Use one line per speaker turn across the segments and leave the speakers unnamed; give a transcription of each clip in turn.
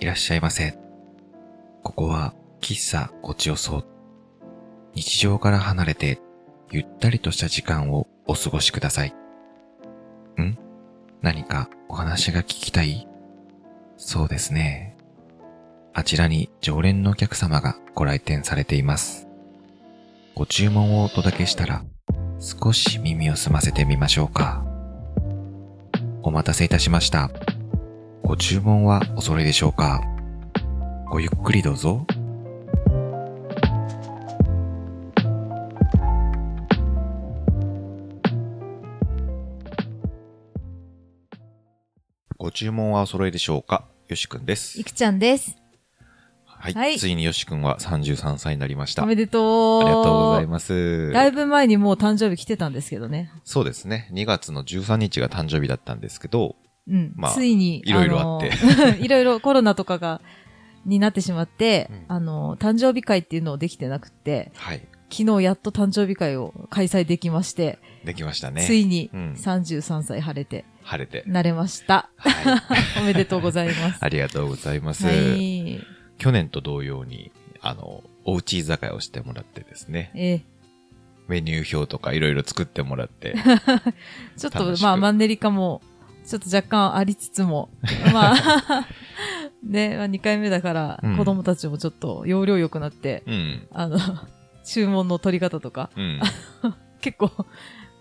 いらっしゃいませ。ここは喫茶ごちよそ。日常から離れて、ゆったりとした時間をお過ごしください。ん何かお話が聞きたいそうですね。あちらに常連のお客様がご来店されています。ご注文をお届けしたら、少し耳を澄ませてみましょうか。お待たせいたしました。ご注文はお揃いでしょうかごゆっくりどうぞ。ご注文はお揃いでしょうかよしくんです
い。くちゃんです。
はい。
はい
ついによしくんは33歳になりました。
お
あ
め
り
でとう。
がとうござい
ま
ます。
だいぶ前にもう誕生日来てたんですけどね。
そうですね。2月の13日が誕生日だったんですけど、
うん。
まあ
ついに。
いろいろあって
の いろいろコロナとかが、になってしまって、
うん
あの、誕生日会っていうのをできてなくって、
はい。
昨日やっと誕生日会を開催できまして、
できましたね。
ついに
うん
33歳晴れて、
晴れて。
なれました。
はい。
おめでとうございます。
ありがとうございます。
はい。
去年と同様に、あの、おうち居酒屋をしてもらってですね、
え
メニュー表とかいろいろ作ってもら って、
ーちょっ
楽し
と、
く
まあ、マンネリ化も、ちょっと若干ありつつ も、まあ、ね、まあ、2回目だから
うん、
子供たちもちょっと容量良くなって、
うん、
あの、 注文の取り方とか、
うん、
結構、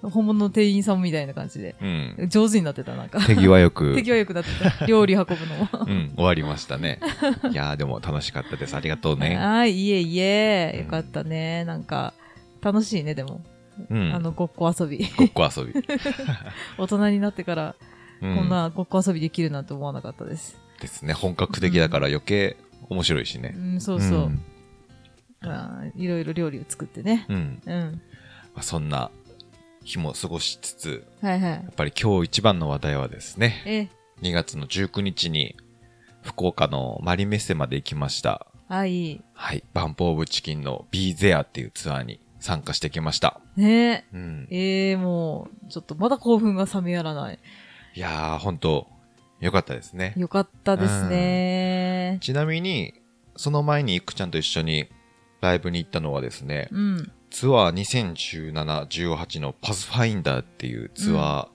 本物の店員さんみたいな感じで、
うん。
上手になってた、なんか。
手際よく、
手際良くなってた。料理運ぶのも。
うん、終わりましたね。いやー、でも楽しかったです。ありがとう ね。
はい、いえいえ、
うん
よかったね。なんか、楽しいね、でも。
うん。
あの、ごっこ遊び。
ごっこ 遊び。
大人になってから、
う
こんなごっこ遊びできるなんて思わなかったです。
ですね。本格的だから余計面白いし
う
ね。
ん、そうそう。
ん
まあいろいろ料理を作ってね。
うん。
うん。
まあそんな日も過ごしつつ、
はいはい
や。っぱり今日一番の話題はですね、
え、
2月の19日に福岡のマリメッセまで行きました。
はい。
はい。バンプオブチキンの Be There っていうツアーに参加してきました。
ね
うん。
え。えー、もう、ちょっとまだ興奮が冷めやらない。
いやー、ほんと、よかったですね。
よかったですね。
ちなみに、その前にいくちゃんと一緒にライブに行ったのはですね、
うん。
ツアー2017-18のパスファインダーっていうツアー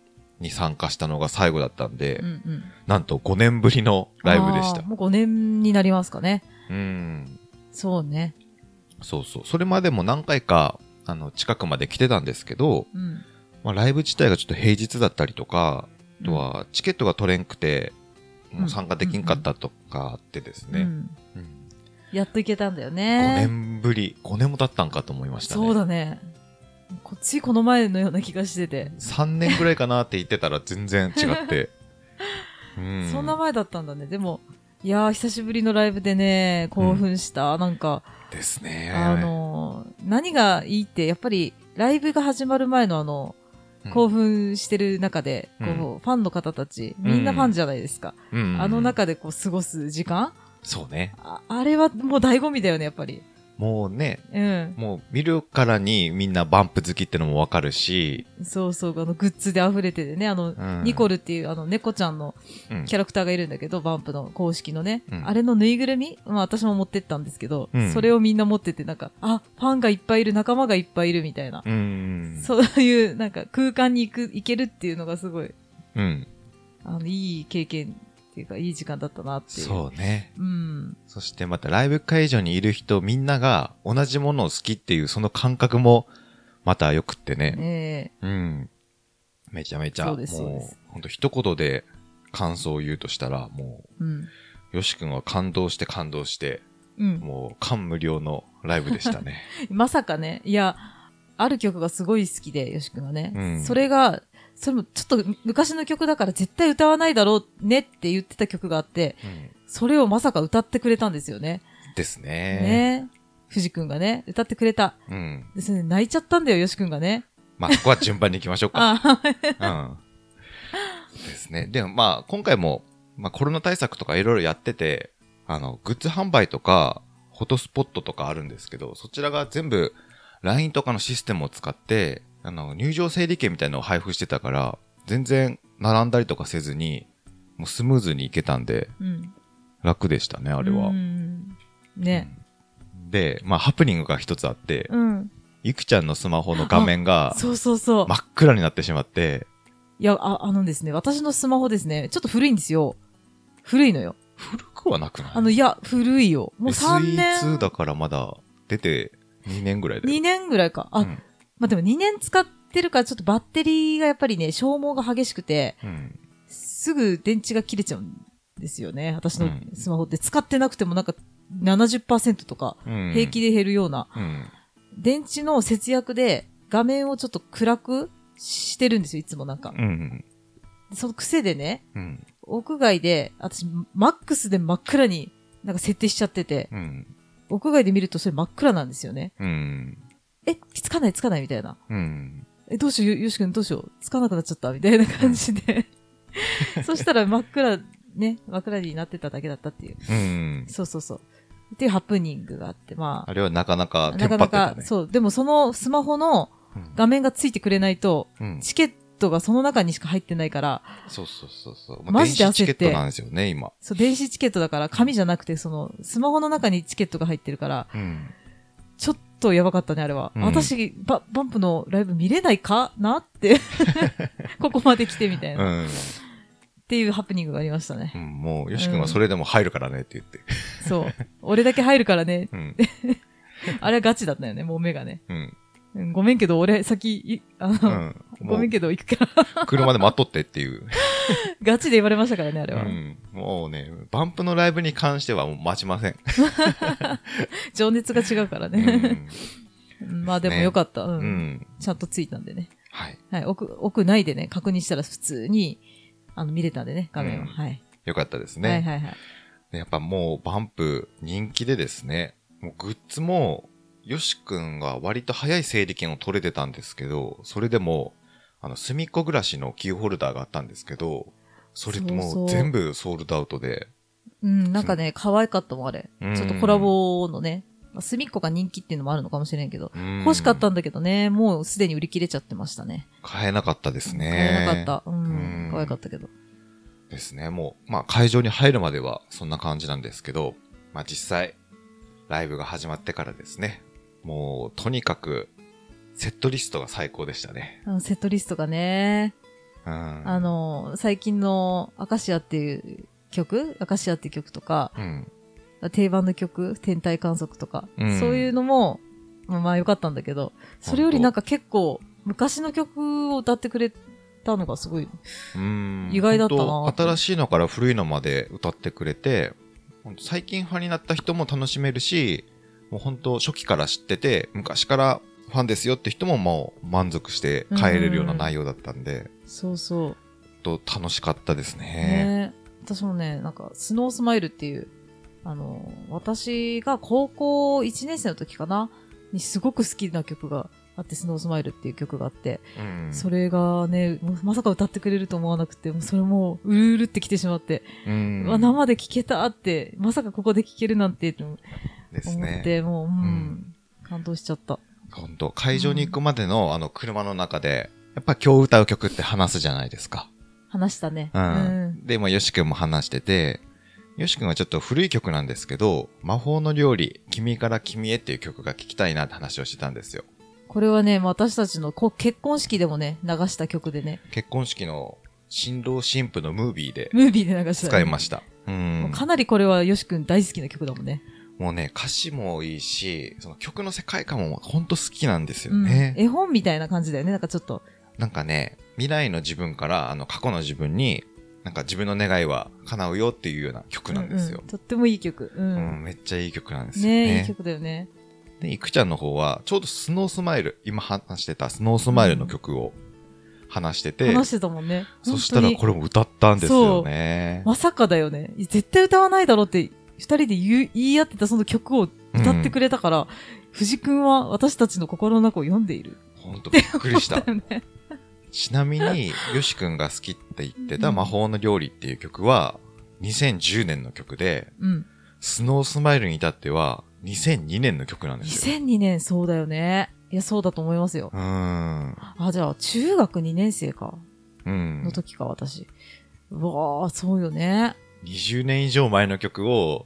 に参加したのが最後だったんで、
うんうん。
なんと5年ぶりのライブでした
あー。もう5年になりますかね。
うん。
そうね。
そうそう。それまでも何回か、あの、近くまで来てたんですけど、
うん。
まあ、ライブ自体がちょっと平日だったりとか、あとはチケットが取れんくて、もう参加できんかったとかあってです
うん、う
ね。
ん。
うん
やっといけたんだよ
5
ね。
年ぶり、5年も経ったんかと思いましたね。
そうだね。こついこの前のような気がしてて。
3年ぐらいかなって言ってたら全然違 って。うん
そんな前だったんだね。でも、いやー、久しぶりのライブでね、興奮した。なんか、
ですね。
あのー何がいいって、やっぱり、ライブが始まる前のあの、
うん
興奮してる中で、
うん
こう、ファンの方たち、
うん
みんなファンじゃないですか。
うん
あの中でこう、過ごす時間
そうね。
ああれはもう醍醐味だよね、やっぱり。
もうね、
うん。
もう見るからにみんなバンプ好きってのもわかるし、
そうそう、あの、グッズで溢れててね、あの、
うん
ニコルっていうあの猫ちゃんの
うん
キャラクターがいるんだけど、バンプの公式のね、
うん
あれのぬいぐるみ、まあ、私も持ってったんですけど、
うん
それをみんな持っててなんかあファンがいっぱいいる仲間がいっぱいいるみたいな、
うん。
そういうなんか空間に行く行けるっていうのがすごい
うん。
あのいい経験っていうかいい時間だったなっていう
そうね。
うん、
そしてまたライブ会場にいる人みんなが同じものを好きっていうその感覚もまた良くってね。
ね
うん。めちゃめちゃ、
そ
も
うですそうです
う、ほんと一言で感想を言うとしたら、も
えうん
う、よしくんは感動して感動して、
うん、
もう感無量のライブでした ね。
まさかねいやある曲がすごい好きでよしくんがね、
うん
それがそれもちょっと昔の曲だから絶対歌わないだろうねって言ってた曲があって、
うん
それをまさか歌ってくれたんですよね。
ですね。
ね。藤くんがね、歌ってくれた。
うん。
ですね、泣いちゃったんだよ、よしくんがね。
まあ、そこは順番に行きましょうか。
あ
うん。ですね。でもまあ、今回も、まあコロナ対策とかいろいろやってて、あの、グッズ販売とか、フォトスポットとかあるんですけど、そちらが全部 LINE とかのシステムを使って、あの、入場整理券みたいなのを配布してたから、全然並んだりとかせずに、もうスムーズに行けたんで、
うん。
楽でしたね、あれは
う。んね。
うんで、まあ、ハプニングが一つあって、
うん。
ゆくちゃんのスマホの画面が
そうそうそう。
真っ暗になってしまって、
いやあ、あのですね、私のスマホですね、ちょっと古いんですよ。古いのよ。
古くはなくない
あの、いや、古いよ。もう3年。
SE2 だからまだ出て2年ぐらいだよ。
2年ぐらいか。あ、
うん
まあ、でも2年使ってるから、ちょっとバッテリーがやっぱりね、消耗が激しくて、
うん。
すぐ電池が切れちゃうんですよね。私の
うん
スマホって使ってなくてもなんか70%とか、
うん
平気で減るような。
うん。
電池の節約で、画面をちょっと暗くしてるんですよ、いつもなんか。
うん。
その癖でね、
うん。
屋外で、私、マックスで真っ暗に、なんか設定しちゃってて、
うん。
屋外で見るとそれ真っ暗なんですよね。
うん。
え、つかないつかないみたいな。
うん。
え、どうしよう、よよしくんどうしよう。つかなくなっちゃったみたいな感 じで。そしたら真っ暗、ね、真っ暗になってただけだったっていう。
うん。
そうそうそう。っていうハプニングがあって、ま
あれはなかな
あ、
かテ
な
ンパ
か
って
な
た
か、
ね。
そう、でもそのスマホの
うん
画面がついてくれないと、
うん
チケットがその中にしか入ってないから、
そうそうそうそう。
マジで焦
電
っ
子チ
て
ケットなんですよね、今。
そう、電子チケットだから、紙じゃなくて、その、スマホの中にチケットが入ってるから、
うん。
ちょっとやばかったね、あれは。
うん
私バ、バンプのライブ見れないか なって、ここまで来てみたいな、
う
っ
ん。
ていうハプニングがありましたね。
うんもう、よし君はそれでも入るからねって言って。
そう。俺だけ入るからね、
うん。
あれはガチだったよね、もう目がね。
うん。
うんごめんけど、俺先、いあ
う
の、
ん。
ご
も
め、
うん
けど行くから、
車で待っとってっていう。
ガチで言われましたからね、あれ
う
は。
ん。もうね、バンプのライブに関してはもう待ちません。
情熱が違うから
う
ね。
ん。
まあでもよかった、うん
うん。
ちゃんとついたんでね。
はい。
はい、奥、奥内でね、確認したら普通に、あの、見れたんでね、画面を。
うん
はい。
よかったです
はい
ね。
はいはい。
やっぱもう、バンプ人気でですね、もうグッズも、よし君が割と早い整理券を取れてたんですけど、それでも、あの、隅っこ暮らしのキーホルダーがあったんですけど、それ
そ
も
う
う
そう
全部ソールドアウトで、
うん、なんかね、可愛かったもん、あれ。
うん
ちょっとコラボのね、まあ隅っこが人気っていうのもあるのかもしれんけど、
うん
欲しかったんだけどね、もうすでに売り切れちゃってましたね。
買えなかったですね。
買えなかった。うん、
うん
可愛かったけど。
ですね。もう、まあ会場に入るまではそんな感じなんですけど、まあ実際、ライブが始まってからですね、もうとにかく、セットリストが最高でしたね。
あのセットリストがね、
うん。
あの、最近のアカシアっていう曲アカシアっていう曲とか、
うん。
定番の曲、天体観測とか、
うん
そういうのも、まあまあ良かったんだけど、それよりなんか結構、昔の曲を歌ってくれたのがすごい、
うん
意外だったな
本当新しいのから古いのまで歌ってくれて、本当最近ファンになった人も楽しめるし、もう本当初期から知ってて、昔からファンですよって人ももう満足して帰れるような内容だったんで、
そうそう。
本当楽しかったですね。
ね私もね、なんか、スノースマイルっていう、あの、私が高校1年生の時かな、にすごく好きな曲があって、スノースマイルっていう曲があって、
うん
それがね、もうまさか歌ってくれると思わなくて、もうそれもう、うるうるってきてしまって、
うん
うわ生で聴けたって、まさかここで聴けるなんて、と
です
思っ
ね。
て、もう、うん、
うん
感動しちゃった。
本当会場に行くまでの、あの、車の中で、やっぱ今日歌う曲って話すじゃないですか。
話したね。
うん。で、まあ、よしくんも話してて、よしくんはちょっと古い曲なんですけど、魔法の料理、君から君へっていう曲が聴きたいなって話をしてたんですよ。
これはね、まあ私たちのこ結婚式でもね、流した曲でね、
結婚式の新郎新婦のムービーで
ムービーで流した、ね。
使いました。う。
もうんかなりこれはよしくん大好きな曲だもんね。
もうね、歌詞もいいし、その曲の世界観も本当好きなんですよ
うん、
ね。
絵本みたいな感じだよね。なんかちょっと。
なんかね、未来の自分から、あの、過去の自分に、なんか自分の願いは叶うよっていうような曲なんですよ
うう。とってもいい曲。う
うん、
ん。
めっちゃいい曲なんですよね。
ねいい曲だよね。
で、いくちゃんの方は、ちょうどスノースマイル、今話してたスノースマイルの曲を話してて、
話してたもんね。
そしたら
本当に
これも歌ったんですよね。
まさかだよね。絶対歌わないだろうって、二人で言う言い合ってたその曲を歌ってくれたから、藤くんは私たちの心の中を読んでいる。
ほんとびっくりし
だ
た。
よね。
ちなみに、よしくんが好きって言ってた
うん
魔法の料理っていう曲は、2010年の曲で、
うん。
スノースマイルに至っては、2002年の曲なんですよ。
2002年そうだよね。いや、そうだと思いますよ。
うーん。
あ、じゃあ、中学2年生か。
うん
の。時か、私。うわあ、そうよね。
20年以上前の曲を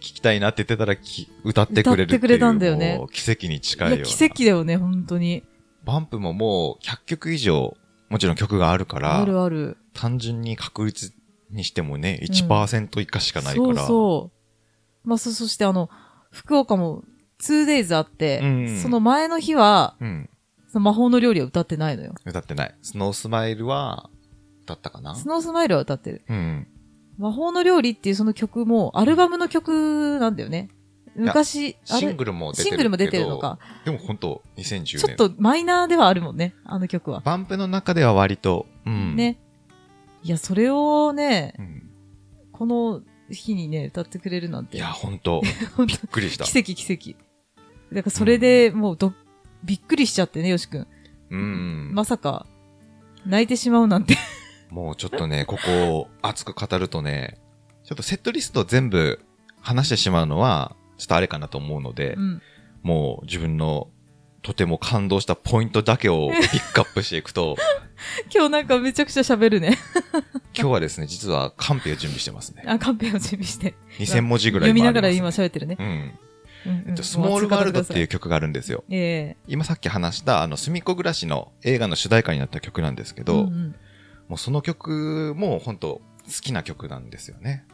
聴きたいなって言ってたらき歌ってくれるっていう
歌ってくれたんだよね
もう奇跡に近い
い
よ
や、
うな
奇跡だよね、本当に。
バンプももう100曲以上もちろん曲があるから
あるある。
単純に確率にしてもね1%以下しかないから、
そうそう。まあ、そ、そしてあの、福岡も 2days あって、
うん
その前の日は、
うん、
その魔法の料理は歌ってないのよ。
歌ってないスノースマイルはだったかな
スノースマイルは歌ってる。
うん
魔法の料理っていうその曲も、アルバムの曲なんだよね。
や
昔、あ
シン
れ、
グルも出てる
シングルも出てるのか。
けどでも本当2010年
ちょっとマイナーではあるもんね、あの曲は。
バンプの中では割と、うん、
ね。いや、それをね
う、ん、
この日にね、歌ってくれるなんて。
いや本当
本
びっくり した
当奇跡奇跡。だからそれでもうど、びっくりしちゃってね、よしくん。
うん、
まさか、泣いてしまうなんて。
もうちょっとねここを熱く語るとねちょっとセットリスト全部話してしまうのはちょっとあれかなと思うので、
うん。
もう自分のとても感動したポイントだけ をピックアップしていくと、
今日なんかめちゃくちゃ喋るね。
今日はですね、実はカンペを準備してますね。
あ、カンペを準備して。
2000文字ぐらい
読みながら
あ
今
り
喋ってるね
ま。すね。
うん
う。
うん
えっ
ん。
と、スモールワールドっていうう曲があるんですよ。
ええ
今さっき話した、あの、すみっこ暮らしの映画の主題歌になった曲なんですけど、
うんうん
もうその曲も本当好きな曲なんですよね。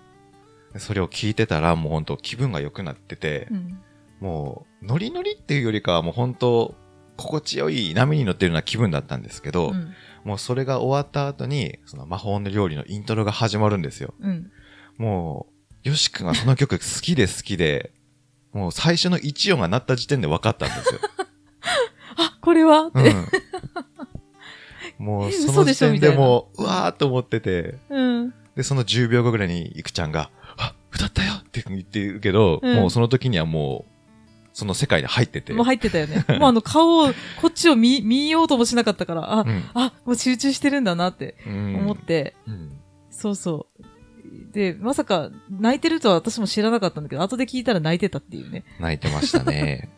でそれを聴いてたらもう本当気分が良くなってて、
うん
もうノリノリっていうよりかはもう本当心地よい波に乗ってるような気分だったんですけど、
うん
もうそれが終わった後に、その魔法の料理のイントロが始まるんですよ。
うん。
もう、よしくんはその曲好きで好きで、もう最初の一音が鳴った時点で分かったんですよ。
あ、これは って。
うん。もう
え
その
嘘で
時
しょ
点でもう、うわーっと思ってて、
うん。
で、その10秒後ぐらいにいくちゃんが、あ、歌ったよって言ってるけど、
うん
もうその時にはもう、その世界に入ってて。
もう入ってたよ ね。もうあの顔を、こっちを見、見ようともしなかったから、あ、
うん
あ、もう集中してるんだなって
うん
思って、
うん
そうそう。で、まさか泣いてるとは私も知らなかったんだけど、後で聞いたら泣いてたっていうね。
泣いてました ね。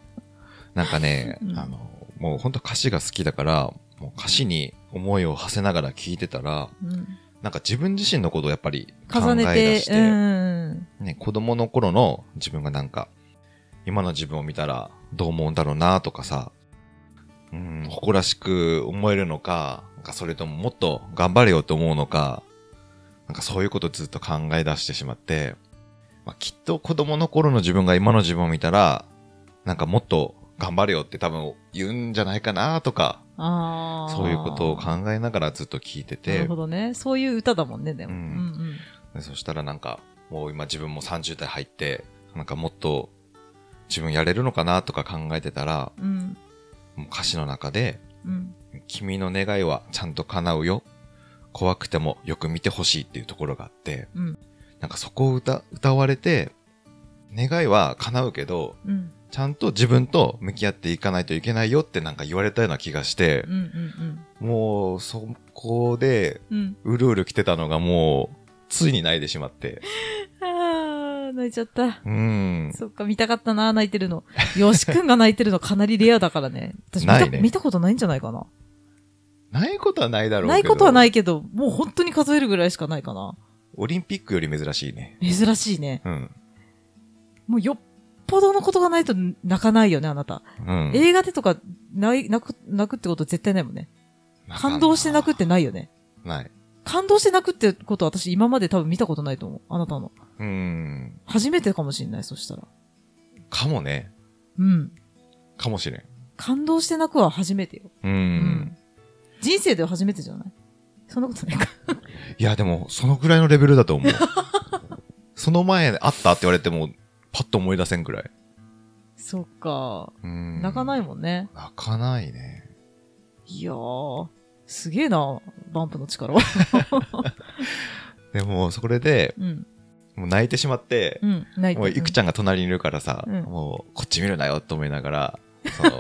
なんかね、
うん
あの、もう本当歌詞が好きだから、もう歌詞に思いを馳せながら聴いてたら、
うん、
なんか自分自身のことをやっぱり考
重ね
え出
て
し、
う
て、
ん。
ね、子供の頃の自分がなんか、今の自分を見たらどう思うんだろうなとかさ、うん、誇らしく思えるのか、なんかそれとももっと頑張れよと思うのか、なんかそういうことずっと考え出してしまって、まあ、きっと子供の頃の自分が今の自分を見たら、なんかもっと頑張れよって多分言うんじゃないかなとか、
ああ。
そういうことを考えながらずっと聞いて
な
て
るほ、どね。そういう歌だもんね、でも。
う
うんん、うん、
でそしたらなんか、もう今自分も30代入って、なんかもっと自分やれるのかなとか考えてたら、
うん。
もう歌詞の中で、
うん。
君の願いはちゃんと叶うよ。怖くてもよく見てほしいっていうところがあって、
うん
なんかそこを歌、歌われて、願いは叶うけど、
うん。
ちゃんと自分と向き合っていかないといけないよってなんか言われたような気がして
うん。、うん。
もうそこで
うん。
うるうる来てたのがもう、ついに泣いてしまって。
うん。ああ、泣いちゃった。
うん。
そっか、見たかったな、泣いて るの。よしくんが泣いてるのかなりレアだからね。私見
な
た,、
いね
見たことないんじゃないかな。
ないことはないだろうけど。。
ないことはいないけど、もう本当に数えるぐらいしかないかな。
オリンピックより珍しいね。
珍しいね。
うん。
もうよっぽどのことがないと泣かないよね、あなた。
うん。
映画でとかない泣く、泣くってこと絶対ないもんね。感動して泣くってないよね。
ない。
感動して泣くってことは私今まで多分見たことないと思う。あなたの。
うん。
初めてかもしんない、そしたら。
かもね。
うん。
かもしれん。
感動して泣くは初めてよ。
うん。
うん人生では初めてじゃないそんなことないか。
いや、でも、そのぐらいのレベルだと思う。その前、あったって言われても、パッと思い出せんくらい。
そっか。
うん。
泣かない
も
もんね。
ん。泣かないね。
いやー。すげえな、バンプの力は。
でも、それで、
うん。
もう泣いてしまって
う、ん。泣いて
もう、いくちゃんが隣にいるからさ、
うん
もう、こっち見るなよって思いながら、 その、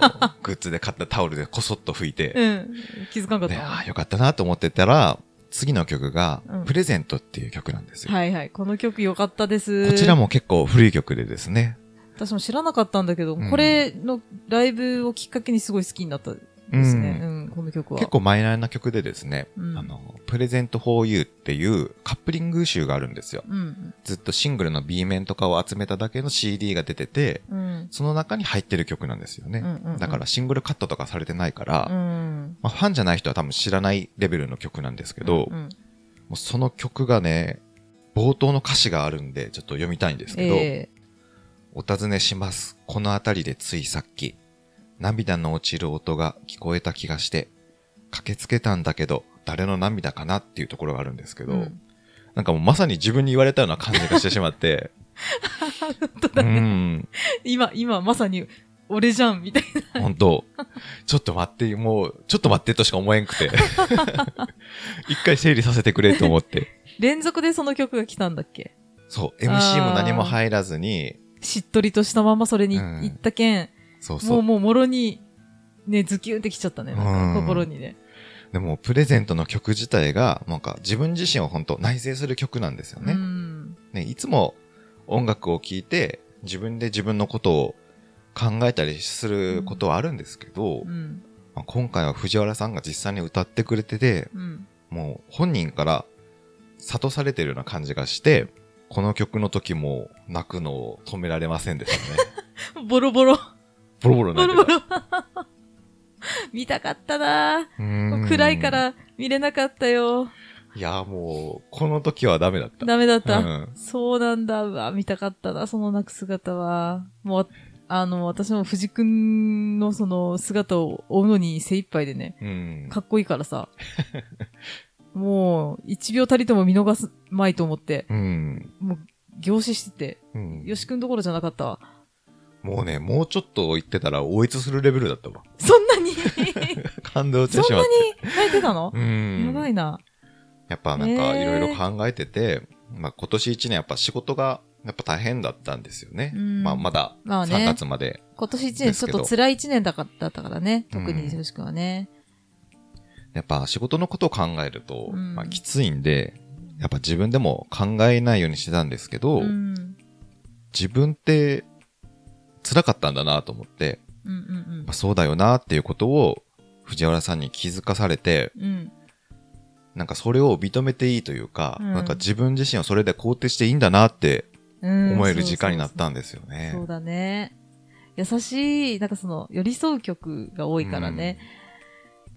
グッズで買ったタオルでこそっと拭いて、
うん。気づかんかっ
で、
た。
ああ、よかったなと思ってたら、次の曲が
う、ん
プレゼントっていう曲なんですよ。
はいはい。この曲良かったです。
こちらも結構古い曲でですね。
私も知らなかったんだけど、
うん
これのライブをきっかけにすごい好きになったんですね。うん。この曲は。
結構マイナーな曲でですね、
うん
あの、プレゼント for you っていうカップリング集があるんですよ。
うん。
ずっとシングルの B 面とかを集めただけの CD が出てて、
うん。
その中に入ってる曲なんですよね。
うんうんうん
だからシングルカットとかされてないから、
うん。
まあ、ファンじゃない人は多分知らないレベルの曲なんですけど、
うんうん
もうその曲がね、冒頭の歌詞があるんで、ちょっと読みたいんですけど、
え
お尋ねします。この辺りでついさっき、涙の落ちる音が聞こえた気がして、駆けつけたんだけど、誰の涙かなっていうところがあるんですけ
え
ど、
うん
なんかもうまさに自分に言われたような感じがしてしま って、うん、
今、今まさに、俺じゃん、みたい
本当ちょっと待って、もう、ちょっと待ってとしか思えんくて、 一回整理させてくれと思って。
な。連続でその曲が来たんだっけ
そう、
あー
MC も何も入らずに、
しっとりとしたままそれに
うん
行ったけん、
そう
も
そうう。
もうもろに、ね、ズキュンってきちゃったね。なんか
うん
心にね。
でも、プレゼントの曲自体が、なんか自分自身を本当内省する曲なんですよね。
うん。
ね、いつも音楽を聴いて、自分で自分のことを考えたりすることはあるんですけど、
うん。
まあ今回は藤原さんが実際に歌ってくれてて、
うん。
もう本人から諭されてるような感じがして、この曲の時も泣くのを止められませんでした ね。
ボロボロ。
ボロボロ
ボ
泣い
ロ
て
ボ
た。
ロ。見たかったな
うーん
暗いか。ら見れなかったよ。
いや、もう、この時はダメだった。
ダメだった。
うん
そうなんだ。うわ、見たかったな、その泣く姿は。もう、あの、私も藤くんのその姿を追うのに精一杯でね、
うん。
かっこいいか らさ。もう、一秒たりとも見逃すまいと思って、
うん。
もう、凝視して
う
て、
ん
よしくんどころじゃなかったわ。
もうね、もうちょっと言ってたら追いつするレベルだったわ。
そんな に
感動して
そ
し
ん
まっ
な
て。
に泣いてたの、
うん。
やばいな。
やっぱなんか
ね
い
え
ろいろ考えてて、まあ今年一年やっぱ仕事がやっぱ大変だったんですよね。
うん
まあまだ
まあね
3月まで。
今年一
で
年
す
ちょ
け
っ
ど
と辛い一年だかだったからね。特
うん
によしくんはね。
やっぱ仕事のことを考えると、
うん
まあきついんで、やっぱ自分でも考えないようにしてたんですけど、
うん。
自分って辛かったんだなと思って、
うんうん
まあ、そうだよなっていうことを藤原さんに気づかされて、
うん。うん。
なんかそれを認めていいというか、
うん
なんか自分自身をそれで肯定していいんだなって
うん
思える時間になっ
そうそう
たんですよね。
そうそうだね。優しい、なんかその、寄り添う曲が多いからね。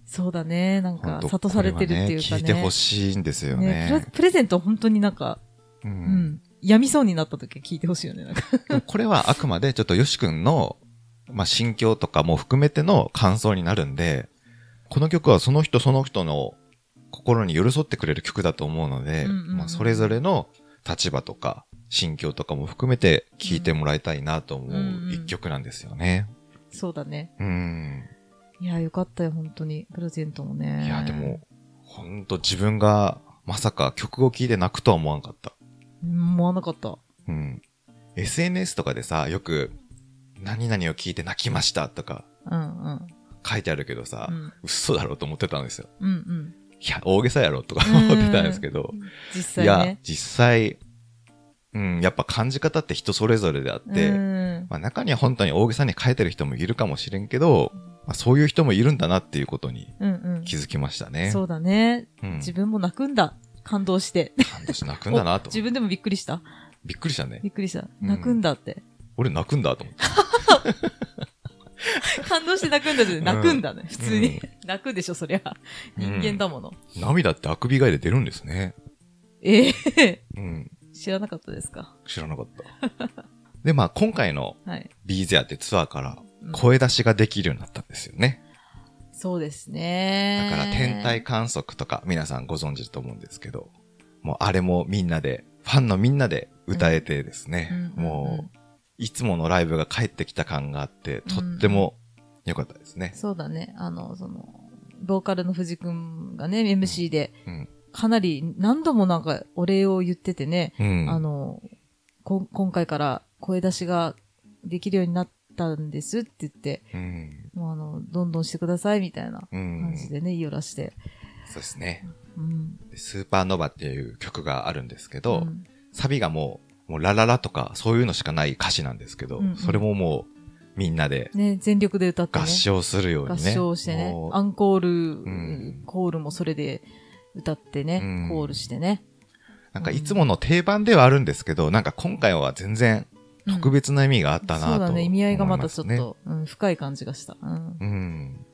そうだね。なん
ほん
か、
と
諭されてるっていうかね。
これはね聞いてほしいんですよ
ねプレ
ね。
プレゼント本当になんか、
う
うんん。病みそうになった時は聞いてほしいよね。なんか。
でもこれはあくまでちょっとよしくんの、まあ、心境とかも含めての感想になるんで、この曲はその人その人の心に寄り添ってくれる曲だと思うので、
うんうんうん
まあ、それぞれの立場とか心境とかも含めて聴いてもらいたいなと思う一曲なんですよね。
そうだね。
うん。
いや、よかったよ、本当に。プレゼントもね。
いや、でも、ほんと自分がまさか曲を聴いて泣くとは思わんかった。
うん。思わなかった。
うん。SNS とかでさ、よく、何々を聞いて泣きましたとか
うんうん。
書いてあるけどさ、
うん
嘘だろうと思ってたんですよ。
うんうん。
いや、大げさやろとか
うん
思ってたんですけど、
実
い
際
や
ね、。
実際、うん、やっぱ感じ方って人それぞれであって、
うん
まあ、中には本当に大げさに書いてる人もいるかもしれんけど、まあ、そういう人もいるんだなっていうことに
うんうん。
気づきましたね。
そうだね。
うん、
自分も泣くんだ。感動して。
半年泣くんだなと
お。自分でもびっくりした。
びっくりしたね。
びっくりした。
うん
泣くんだって。
俺泣くんだと思って。
感動して泣くんだじゃない
うん
泣くんだね。普通に。泣くでしょ、そりゃ。
うん
人間だもの。
涙ってあくび以外で出るんですね。
ええ
うん。
知らなかったですか。
知らなかった。 で、まあ今回の
はい。
ビーゼアってツアーから
うん
声出しができるようになったんですよね。
そうです
だ
ね。
から天体観測とか皆さんご存知だと思うんですけど、もうあれもみんなで、ファンのみんなで歌えてですね、
うん
もういつものライブが帰ってきた感があって、とっても良かったですね。
そうだね。あの、その、ボーカルの藤くんがね、MC で、
うん。
かなり何度もなんかお礼を言っててね、
うん。
あの、こ今回から声出しができるようになったんですって言って、
うん。
もうあの、どんどんしてくださいみたいな
う
感
ん。
じ
そう
でね、言いよらして。
ですね。
うん。
でスーパーノバっていう曲があるんですけど、
うん
サビがもう、もうラララとかそういうのしかない歌詞なんですけど、
うんうん
それももう、みんなで
ね、全力で歌ってね。
合唱するよう
合
にね。
唱してね
も。う
アンコール、
ん
コールもそれで歌ってね、
うん
コールしてね。
なんかいつもの定番ではあるんですけど、なんか今回は全然特別な意味があったなと、
そうだね、意味合いがまたちょっ
思いすね
と、うん、深い感じがした。うん。
うん。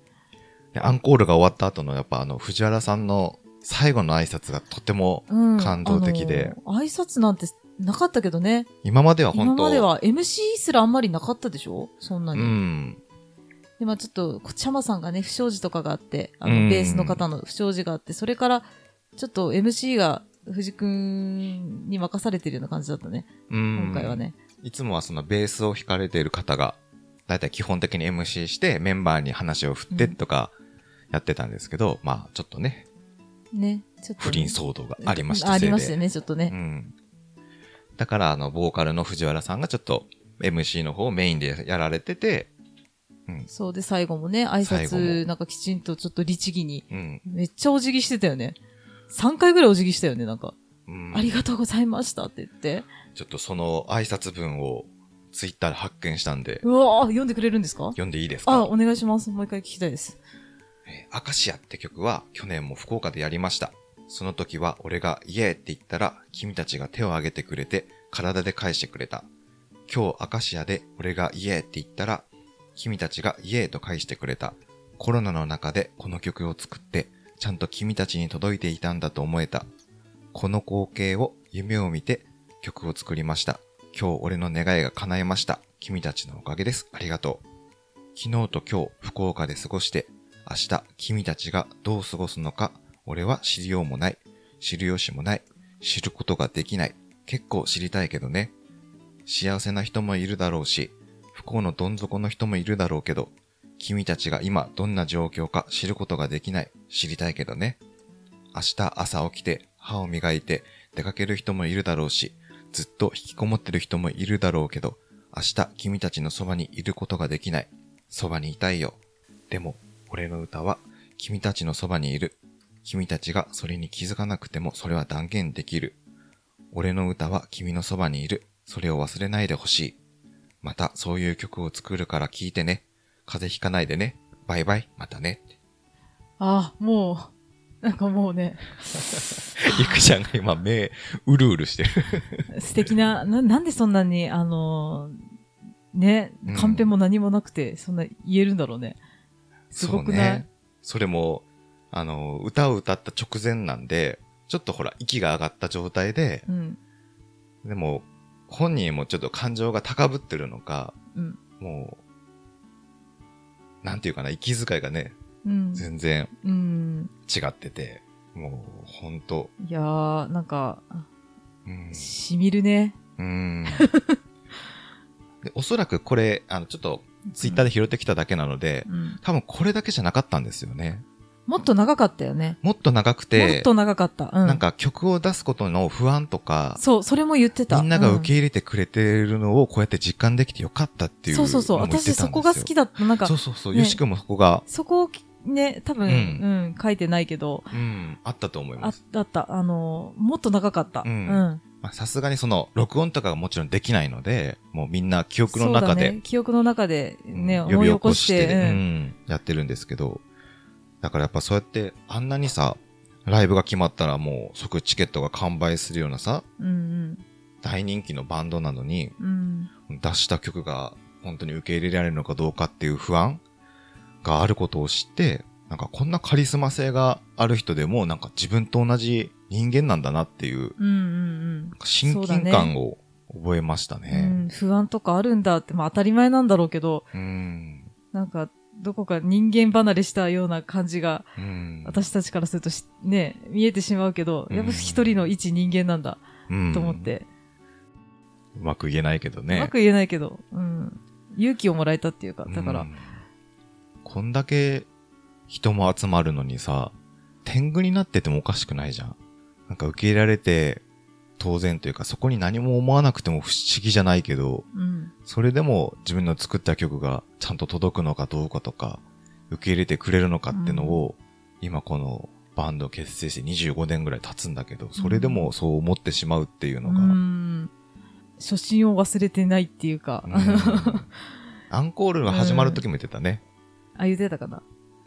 でアンコールが終わった後の、やっぱあの、藤原さんの最後の挨拶がとても、
うん、
感動的で
あのー挨拶なんてなかったけどね。
今までは
今
本当
までは MC すらあんまりなかったでしょそんな
う
に。
ん。
で、まあちょっと、こうチャマさんがね、不祥事とかがあって、あ
う
の、
ん
ベースの方の不祥事があって、それから、ちょっと MC が藤くんに任されてるような感じだったね。
うん。
今回は。ね。
いつもはそのベースを弾かれている方が、だいたい基本的に MC してメンバーに話を振ってとかやってたんですけど、まあちょっとね、
ね。ちょっとね、
不倫騒動がありましたせ
あ
いで
りましたよね、ちょっとね
う。ん。だから、あの、ボーカルの藤原さんがちょっと MC の方をメインでやられてて、うん。
そうで、最後もね、挨
最後も
拶、なんかきちんとちょっと律儀に。
うん。
めっちゃお辞儀してたよね。3回ぐらいお辞儀したよね、なんか。
うん
ありがとうございましたって言って。
ちょっとその挨拶文をツイッターで発見したんで、
うわー読んでくれるんですか
読んでいいですか
あ、お願いします。もう一回聞きたいです。
えーアカシアって曲は去年も福岡でやりました。その時は俺がイエーって言ったら君たちが手を挙げてくれて体で返してくれた。今日アカシアで俺がイエーって言ったら君たちがイエーと返してくれた。コロナの中でこの曲を作ってちゃんと君たちに届いていたんだと思えた。この光景を夢を見て曲を作りました。今日俺の願いが叶えました。君たちのおかげです。ありがとう。昨日と今日福岡で過ごして明日君たちがどう過ごすのか俺は知りようもない知る由もない知ることができない結構知りたいけどね幸せな人もいるだろうし不幸のどん底の人もいるだろうけど君たちが今どんな状況か知ることができない知りたいけどね明日朝起きて歯を磨いて出かける人もいるだろうしずっと引きこもってる人もいるだろうけど明日君たちのそばにいることができないそばにいたいよでも、俺の歌は、君たちのそばにいる。君たちがそれに気づかなくても、それは断言できる。俺の歌は君のそばにいる。それを忘れないでほしい。また、そういう曲を作るから聴いてね。風邪ひかないでね。バイバイ、またね。
あ、もう、なんかもうね、
ゆくちゃんが今、目、うるうるしてる。
素敵な、ななんでそんなに、あのーね
うん、
カンペも何もなくて、そんな言えるんだろうね。すごくない、
それも、あの、歌を歌った直前なんで、ちょっとほら、息が上がった状態で、
うん。
でも、本人もちょっと感情が高ぶってるのか、
うん。
もう、なんていうかな、息遣いがね、
うん。
全然
うん。
違ってて、もう、ほんと、
いやー、なんか、
うん。
しみるね。
うん でおそらくこれ、あの、ちょっと、ツイッターで拾ってきただけなので、
うん。
多分これだけじゃなかったんですよね。
もっと長かったよね。
もっと長く、
もってと長かった。うん。
なんか曲を出すことの不安とか、
そう、それも言ってた。
みんなが受け
入
入れてくれてるのをこうやって実感できてよかったっていうの
そう
も
そ
言
う
ってた
そう。
んですよ。
私そこが好きだった。なんか
そ、うそうそう。
ね
よしくんもそこが、
そこをきね、多分、
う
うんん、書いてないけど、
うん、あったと思いま
あ
す。
だった。あのー、もっと長かった。
う
うんん。
まあさすがにその、録音とかがもちろんできないので、もうみんな記憶の
そうだ
中
ね
で、。
記憶の中でね、
うん
思い起こして、
ねうんやってるんですけど、だからやっぱそうやって、あんなにさ、ライブが決まったらもう即チケットが完売するようなさ、
うん。うん
大人気のバンドなのに、
うん。うん。
出した曲が本当に受け入れられるのかどうかっていう不安があることを知って、なんかこんなカリスマ性がある人でもなんか自分と同じ人間なんだなっていう
うんうん
親近感を覚えました
うん。う
ね。
ん、不安とかあるんだって、まあ当たり前なんだろうけど、
うん。
なんか、どこか人間離れしたような感じが、
うん。
私たちからするとしね、見えてしまうけど、やっ
うん
ぱ一人の一人間なんだ、
うん
と思っ。て、
うまく言えないけど
う
ね。
まく言えないけど、うん。勇気をもらえたっていうか、だから、
うんこんだけ人も集まるのにさ、天狗になっててもおかしくないじゃん。なんか受け入れられて当然というか、そこに何も思わなくても不思議じゃないけど、
うん。
それでも自分の作った曲がちゃんと届くのかどうかとか、受け入れてくれるのかってのを、今このバンド結成して25年ぐらい経つんだけど、それでもそう思ってしまうっていうの
う
が、うん
ん。初心を忘れてないっていうか、
なんアンコールが始まる時も言ってたね。
あ、言ってたかな。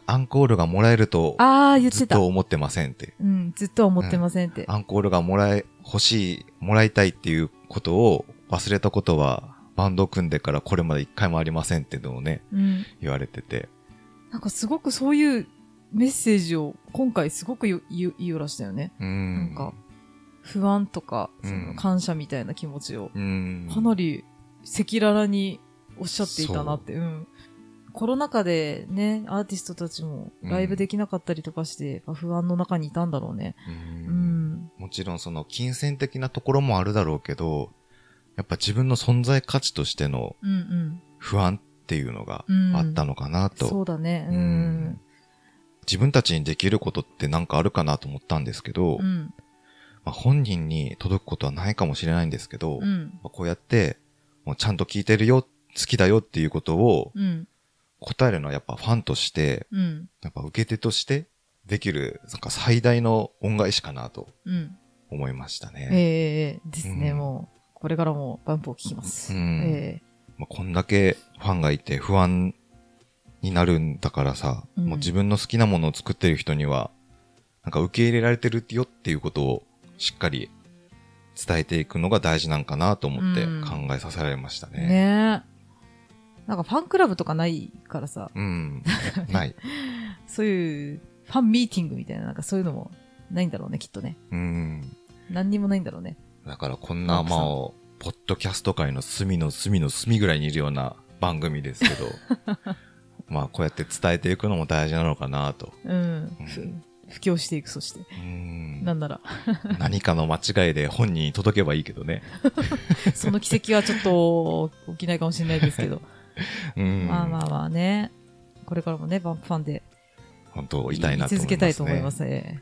アンコールがもらえると、
ああ、言っ
ず
て
ったと。思ってませんって。
うん、ずっとは思ってませんって。
アンコールがもらえ、欲しい、もらいたいっていうことを忘れたことは、バンドを組んでからこれまで一回もありませんっていうのをね、
うん。
言われてて。
なんかすごくそういうメッセージを今回すごくよ言う言いよらしたよね。
うん。
なんか、不安とか、そ
うん
の感謝みたいな気持ちを、
うん。
かなり赤裸々におっしゃっていたなって。うん。コロナ禍でね、アーティストたちもライブできなかったりとかして、不安の中にいたんだろうね。
う。
うんん。
もちろんその金銭的なところもあるだろうけど、やっぱ自分の存在価値としての
うんうん。
不安っていうのが
うん
あったのかなと。
そうだね。う
うん
ん。
自分たちにできることってなんかあるかなと思ったんですけど、
うん。
まあ、本人に届くことはないかもしれないんですけど、
う
ま
ん。
あこうやって、もうちゃんと聞いてるよ、好きだよっていうことを
うん。
答えるのはやっぱファンとして、
うん。
やっぱ受け手としてできる、なんか最大の恩返しかなと
うん。
思いましたね。
ええですね、
うん
もう。これからもバンプを聞きます。
うん
え
まあ、こんだけファンがいて不安になるんだからさ、
うん
もう自分の好きなものを作ってる人には、なんか受け入れられてるよっていうことをしっかり伝えていくのが大事なんかなと思って
うん
考えさせられました
え
ね。
ねえ。なんかファンクラブとかないからさ、
うん。ない。
そういうファンミーティングみたいな、なんかそういうのもないんだろうね、きっとね。
うん。
何にもないんだろうね。
だからこんな、
奥さ
まあ、
ん
ポッドキャスト界の隅の隅の隅ぐらいにいるような番組ですけ ど、まあこうやって伝えていくのも大事なのかなと。
うん。
うん
ふ布教していく、そして。
うん
なんなら、
何かの間違いで本人に届けばいいけどね。
その奇跡はちょっと起きないかもしれないですけど。
うん
まあまあまあね。これからもね、バンプファンで
本当、
い
痛いなと思います、ね。
続けたいと思いま。す。え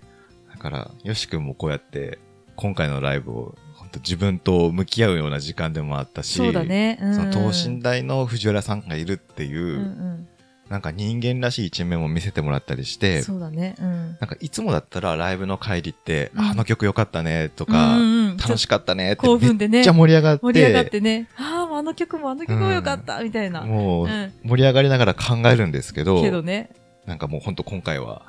だから、よしくんもこうやって、今回のライブを、本当自分と向き合うような時間でもあった
え
し、
そうだね。うん。
その等身大の藤原さんがいるっていうう、
んうん。
なんか人間らしい一面も見せてもらったりして、
そうだね。うん。
なんかいつもだったらライブの帰りって、
うん
ああの曲良かったねとか、
うんうんうん
楽しかったねって
興奮でね
めっちゃ盛り上がって、
盛り上がってね、ああ、あの曲もあの曲もよかった、みたいな。
も
う。
うん盛り上がりながら考えるんですけど、
けどね、
なんかもう本当今回は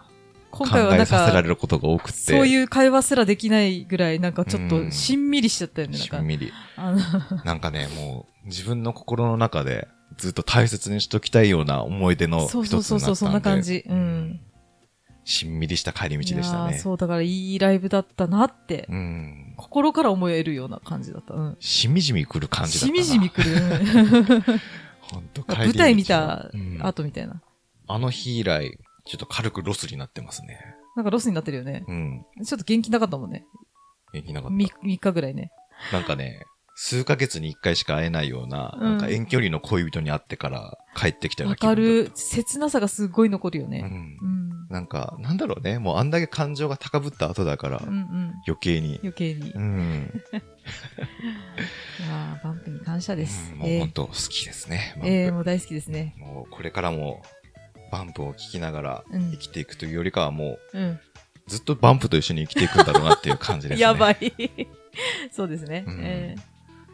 今
考
回はな
え
ん
させら
か
れ、ることが多くて、
そういう会話すらできないぐらい、なんかちょっ
うん
としんみりしちゃったよね、なん
し
か
ん。みり。
あの、
なんかね、もう自分の心の中でずっと大切にしときたいような思い出の一つに
そう
なった
そ
んで。
うそうそうそんな感じうん。
しんみりした帰り道でし
い
た
やー
ね。
そう、だからいいライブだったなって、
うん。
心から思えるような感じだった。うん。
しみじみ来る感じだった
し
な。
みじみくる。うん
ほんと。本当
舞台見た後みたいな。
あの日以来、ちょっと軽くロスになってますね。
なんかロスになってるよね。
うん。
ちょっと元気なかったもんね。
元気なかっ
3, 三日ぐらいね。
た。なんかね、数ヶ月に一回しか会えないような、
う
な
ん
んか遠距離の恋人に会ってから帰ってきたよう
わ
な気分だ
か
った。
る。切なさがすごい残るよね。
うん
う。ん。
なんか、なんだろうね。もうあんだけ感情が高ぶった後だから、
うんうん。
余計に。
余計に。
うん。
まあ、バンプに感謝です。
うんもう
え
本当好きですね。バン
え
プ
ええもう大好きですね。
もうこれからもバンプを聴きながら
うん
生きていくというよりかはも
うん。
うずっとバンプと一緒に生きていくんだろうなっていう感じですね。
やば
い。
い。そうですね。
うん
え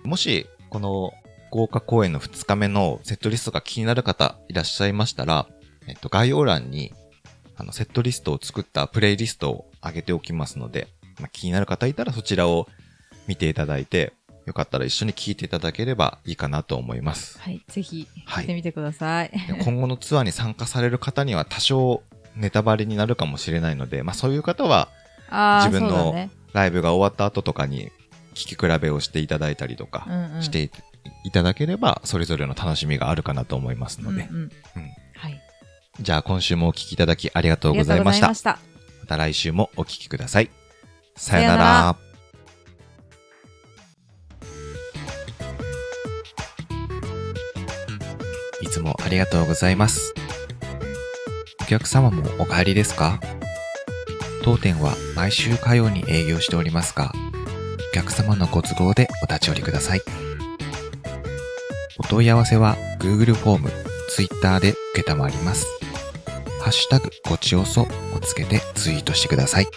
もしこの豪華公演の2日目のセットリストが気になる方いらっしゃいましたら、えっと、概要欄にあのセットリストを作ったプレイリストを上げておきますので、まあ、気になる方いたらそちらを見ていただいて、よかったら一緒に聴いていただければいいかなと思います
え。はい。ぜひ、
はい
来てみてください。
で今後のツアーに参加される方には多少ネタバレになるかもしれないので、まあ、そういう方は
ああ、
自分の
そうだね。
ライブが終わった後とかに聞き比べをしていただいたりとか
うんうん。
していいただければそれぞれの楽しみがあるかなと思いますので、
うんうん
うん
はい。
じゃあ今週もお聞きいただきありがと
あ
う
り
ご
がと
ざ
う
い
ご
ま
ざ
し
い
た
ました。
また来週もお聞きくださいさよな
さよな
ら
ら
いつもありがとうございます。お客様もお帰りですか当店は毎週火曜に営業しておりますが、お客様のご都合でお立ち寄りください。お問い合わせは Google フォーム、Twitter で受けたまわります。ハッシュタグごちおそをつけてツイートしてください。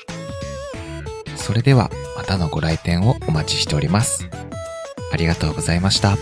それではまたのご来店をお待ちしております。ありがとうございました。